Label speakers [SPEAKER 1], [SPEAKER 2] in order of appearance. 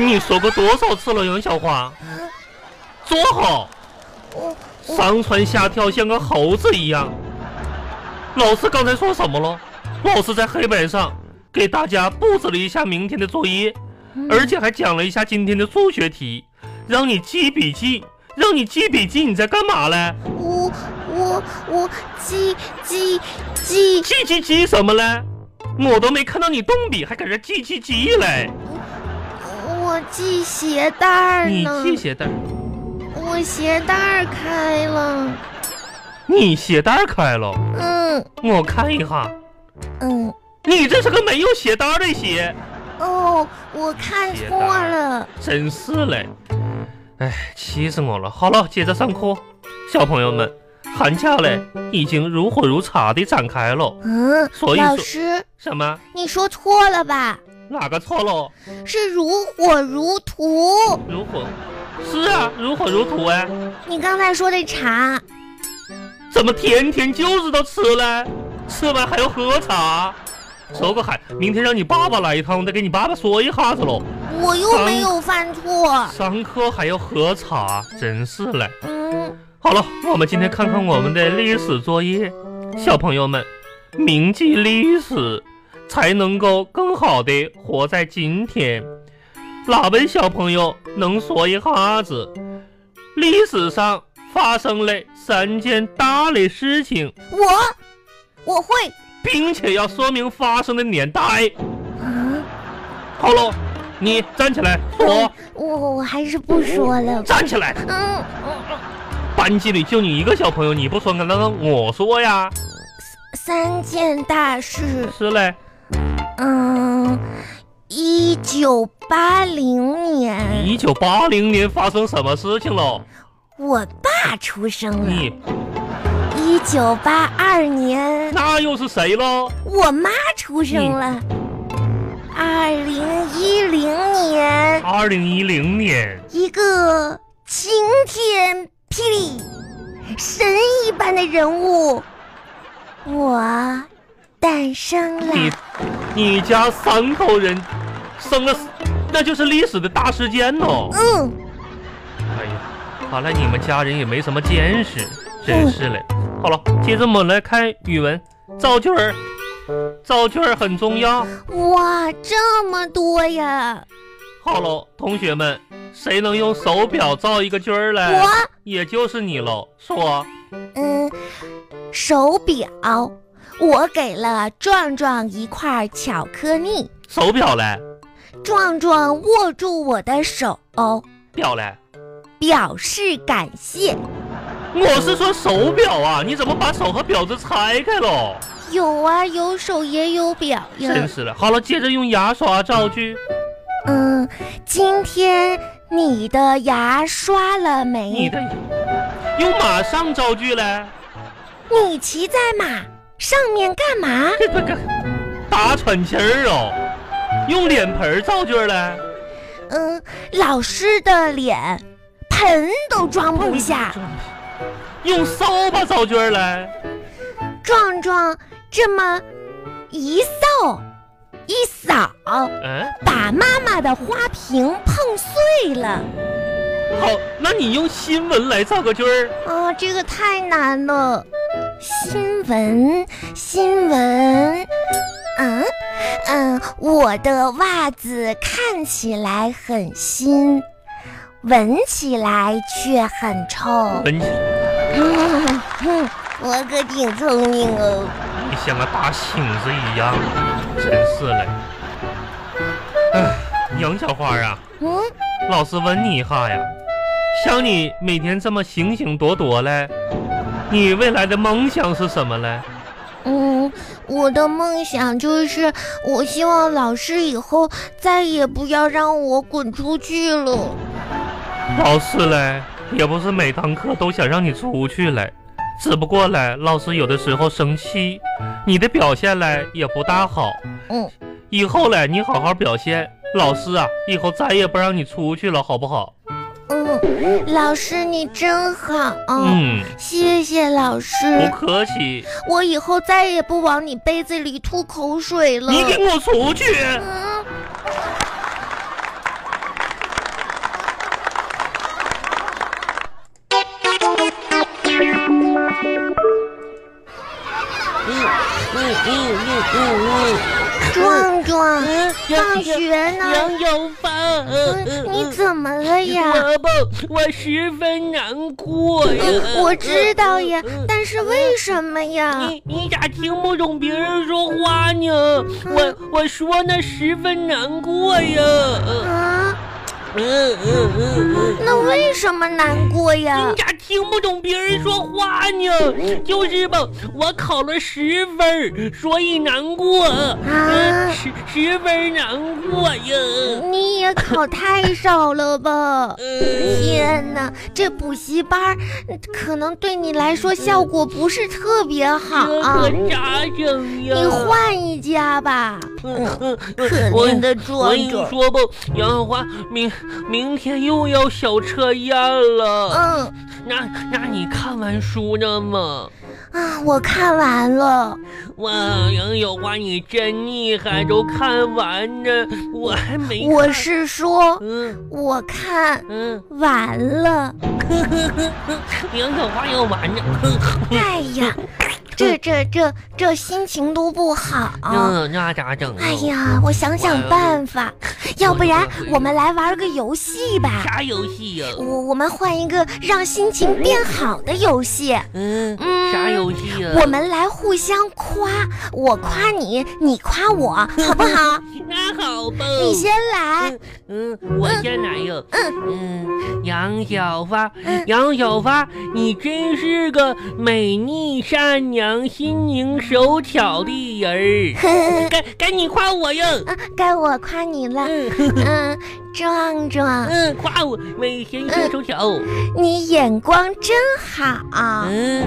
[SPEAKER 1] 你说过多少次了，杨小花？坐好，上蹿下跳像个猴子一样。老师刚才说什么了？老师在黑板上给大家布置了一下明天的作业，
[SPEAKER 2] 嗯
[SPEAKER 1] 而且还讲了一下今天的数学题，让你记笔记，让你记笔记，你在干嘛嘞？
[SPEAKER 2] 我我我记记记，
[SPEAKER 1] 记记记什么嘞？我都没看到你动笔，还搁这记记记嘞？
[SPEAKER 2] 我记鞋带儿
[SPEAKER 1] 你
[SPEAKER 2] 呢，
[SPEAKER 1] 系鞋带儿，
[SPEAKER 2] 我鞋带儿开了。
[SPEAKER 1] 你鞋带儿开了，
[SPEAKER 2] 嗯
[SPEAKER 1] 我看一下，
[SPEAKER 2] 嗯
[SPEAKER 1] 你这是个没有鞋带儿的鞋，
[SPEAKER 2] 哦，我看
[SPEAKER 1] 鞋带
[SPEAKER 2] 错
[SPEAKER 1] 儿
[SPEAKER 2] 了。
[SPEAKER 1] 真是嘞，哎，气死我了。好了，接着上课，小朋友们，寒假嘞已经如火如茶的展开了。
[SPEAKER 2] 嗯，
[SPEAKER 1] 所以
[SPEAKER 2] 老
[SPEAKER 1] 说
[SPEAKER 2] 师，
[SPEAKER 1] 什么？
[SPEAKER 2] 你说错了吧？
[SPEAKER 1] 哪个错了？
[SPEAKER 2] 是如火如荼。
[SPEAKER 1] 如火，是啊，如火如荼哎，
[SPEAKER 2] 你刚才说的茶，
[SPEAKER 1] 怎么天天就知道吃嘞？吃完还要喝茶？说个海，明天让你爸爸来一趟，我再给你爸爸说一下子喽。
[SPEAKER 2] 我又没有犯错。
[SPEAKER 1] 上课还要喝茶，真是嘞。
[SPEAKER 2] 嗯，
[SPEAKER 1] 好了，我们今天看看我们的历史作业，小朋友们，铭记历史，才能够更好的活在今天。哪位小朋友能说一下子，历史上发生了三件大的事情，
[SPEAKER 2] 我我会。
[SPEAKER 1] 并且要说明发生的年代？
[SPEAKER 2] 嗯，
[SPEAKER 1] 好了，你站起来说，
[SPEAKER 2] 我我还是不说了吧。
[SPEAKER 1] 站起来。
[SPEAKER 2] 嗯，
[SPEAKER 1] 班级里就你一个小朋友，你不说，那让我说呀？
[SPEAKER 2] 三件大事。
[SPEAKER 1] 是嘞。
[SPEAKER 2] 嗯，一九八零年，
[SPEAKER 1] 一九八零年发生什么事情了？
[SPEAKER 2] 我爸出生了。
[SPEAKER 1] 你
[SPEAKER 2] 一九八二年，
[SPEAKER 1] 那又是谁喽？
[SPEAKER 2] 我妈出生了。二零一零年，
[SPEAKER 1] 二零一零年，
[SPEAKER 2] 一个晴天霹雳，神一般的人物，我诞生
[SPEAKER 1] 你
[SPEAKER 2] 了。
[SPEAKER 1] 你家三口人生了，那就是历史的大事件哦。
[SPEAKER 2] 嗯。
[SPEAKER 1] 哎呀，看来你们家人也没什么见识，真是嘞。好了，接着我们来看语文造句儿，造句儿很重要。
[SPEAKER 2] 哇，这么多呀！
[SPEAKER 1] 好了，同学们，谁能用手表造一个句儿来？
[SPEAKER 2] 我
[SPEAKER 1] 也就是你喽。说，
[SPEAKER 2] 嗯，手表，我给了壮壮一块巧克力，
[SPEAKER 1] 手表嘞，
[SPEAKER 2] 壮壮握住我的手，哦
[SPEAKER 1] 表嘞。
[SPEAKER 2] 表示感谢。
[SPEAKER 1] 我是说手表啊，你怎么把手和表子拆开了？
[SPEAKER 2] 有啊，有手也有表
[SPEAKER 1] 真
[SPEAKER 2] 呀。
[SPEAKER 1] 是的。好了，接着用牙刷造句。
[SPEAKER 2] 嗯，今天你的牙刷了没？
[SPEAKER 1] 你的用马上造句嘞，
[SPEAKER 2] 你骑在马上面干嘛？
[SPEAKER 1] 这不个打喘气儿哦。用脸盆儿造句嘞，
[SPEAKER 2] 嗯，老师的脸盆都装不下。
[SPEAKER 1] 用扫把造句嘞，
[SPEAKER 2] 壮壮这么一扫一扫，
[SPEAKER 1] 嗯，
[SPEAKER 2] 把妈妈的花瓶碰碎了。
[SPEAKER 1] 好，那你用新闻来造个句儿，
[SPEAKER 2] 啊，这个太难了。新闻，新闻，嗯嗯，我的袜子看起来很新，闻起来却很臭。
[SPEAKER 1] 闻起
[SPEAKER 2] 嗯哼， 我可挺聪明哦。
[SPEAKER 1] 你像个大猩子一样，真是嘞。哎，杨小花啊，
[SPEAKER 2] 嗯，
[SPEAKER 1] 老师问你一下呀，像你每天这么醒醒躲躲嘞，你未来的梦想是什么嘞？
[SPEAKER 2] 嗯，我的梦想就是，我希望老师以后再也不要让我滚出去了。
[SPEAKER 1] 老师嘞，也不是每堂课都想让你出去嘞，只不过嘞，老师有的时候生气，你的表现嘞也不大好。
[SPEAKER 2] 嗯，
[SPEAKER 1] 以后嘞，你好好表现，老师啊，以后再也不让你出去了，好不好？
[SPEAKER 2] 嗯，老师你真好，
[SPEAKER 1] 嗯，
[SPEAKER 2] 谢谢老
[SPEAKER 1] 不
[SPEAKER 2] 师，
[SPEAKER 1] 客气，
[SPEAKER 2] 我以后再也不往你杯子里吐口水了。
[SPEAKER 1] 你给我出去。
[SPEAKER 2] 嗯壮壮，
[SPEAKER 3] 嗯
[SPEAKER 2] 放学呢？
[SPEAKER 3] 杨有芳，
[SPEAKER 2] 嗯你怎么了呀？
[SPEAKER 3] 伯伯，我十分难过呀。
[SPEAKER 2] 嗯我知道呀，但是为什么呀？
[SPEAKER 3] 你你咋听不懂别人说话呢？我我说呢，十分难过呀。
[SPEAKER 2] 啊，
[SPEAKER 3] 嗯嗯嗯嗯。
[SPEAKER 2] 那为什么难过呀
[SPEAKER 3] 你？咋听不懂别人说话呢？就是吧，我考了十分儿，所以难过，
[SPEAKER 2] 啊
[SPEAKER 3] 嗯十十分儿难过呀。
[SPEAKER 2] 你也考太少了吧？
[SPEAKER 3] 嗯
[SPEAKER 2] 天哪，这补习班儿可能对你来说效果不是特别好
[SPEAKER 3] 这
[SPEAKER 2] 啊，
[SPEAKER 3] 可咋整呀？
[SPEAKER 2] 你换一家吧。
[SPEAKER 3] 嗯，
[SPEAKER 2] 可
[SPEAKER 3] 我
[SPEAKER 2] 怜的壮
[SPEAKER 3] 我跟你
[SPEAKER 2] 壮，
[SPEAKER 3] 说吧，杨小花，明明天又要小测验了。
[SPEAKER 2] 嗯
[SPEAKER 3] 那那你看完书了吗？
[SPEAKER 2] 啊，我看完了，
[SPEAKER 3] 哇，杨小花，你真厉害，都看完呢，我还没看。
[SPEAKER 2] 我是说
[SPEAKER 3] 嗯
[SPEAKER 2] 我看
[SPEAKER 3] 嗯，
[SPEAKER 2] 完了。
[SPEAKER 3] 杨小花要完呢。
[SPEAKER 2] 哎呀，这这这这心情都不好。
[SPEAKER 3] 嗯，那咋整啊？
[SPEAKER 2] 哎呀，我想想办法，要不然我们来玩个游戏吧。
[SPEAKER 3] 啥游戏呀？
[SPEAKER 2] 我我们换一个让心情变好的游戏。
[SPEAKER 3] 嗯，
[SPEAKER 2] 嗯
[SPEAKER 3] 啥游戏呀？
[SPEAKER 2] 我们来互相夸，我夸你，你夸我，好不 好？
[SPEAKER 3] 那好吧。
[SPEAKER 2] 你先来，
[SPEAKER 3] 嗯，我先来哟。嗯杨小发，杨小发，你真是个美丽、善良、心灵手巧的人儿。该该你夸我哟。
[SPEAKER 2] 啊，嗯该我夸你了。
[SPEAKER 3] 嗯
[SPEAKER 2] 嗯，壮壮，
[SPEAKER 3] 嗯，夸我美心灵手巧。
[SPEAKER 2] 你眼光真好。
[SPEAKER 3] 嗯，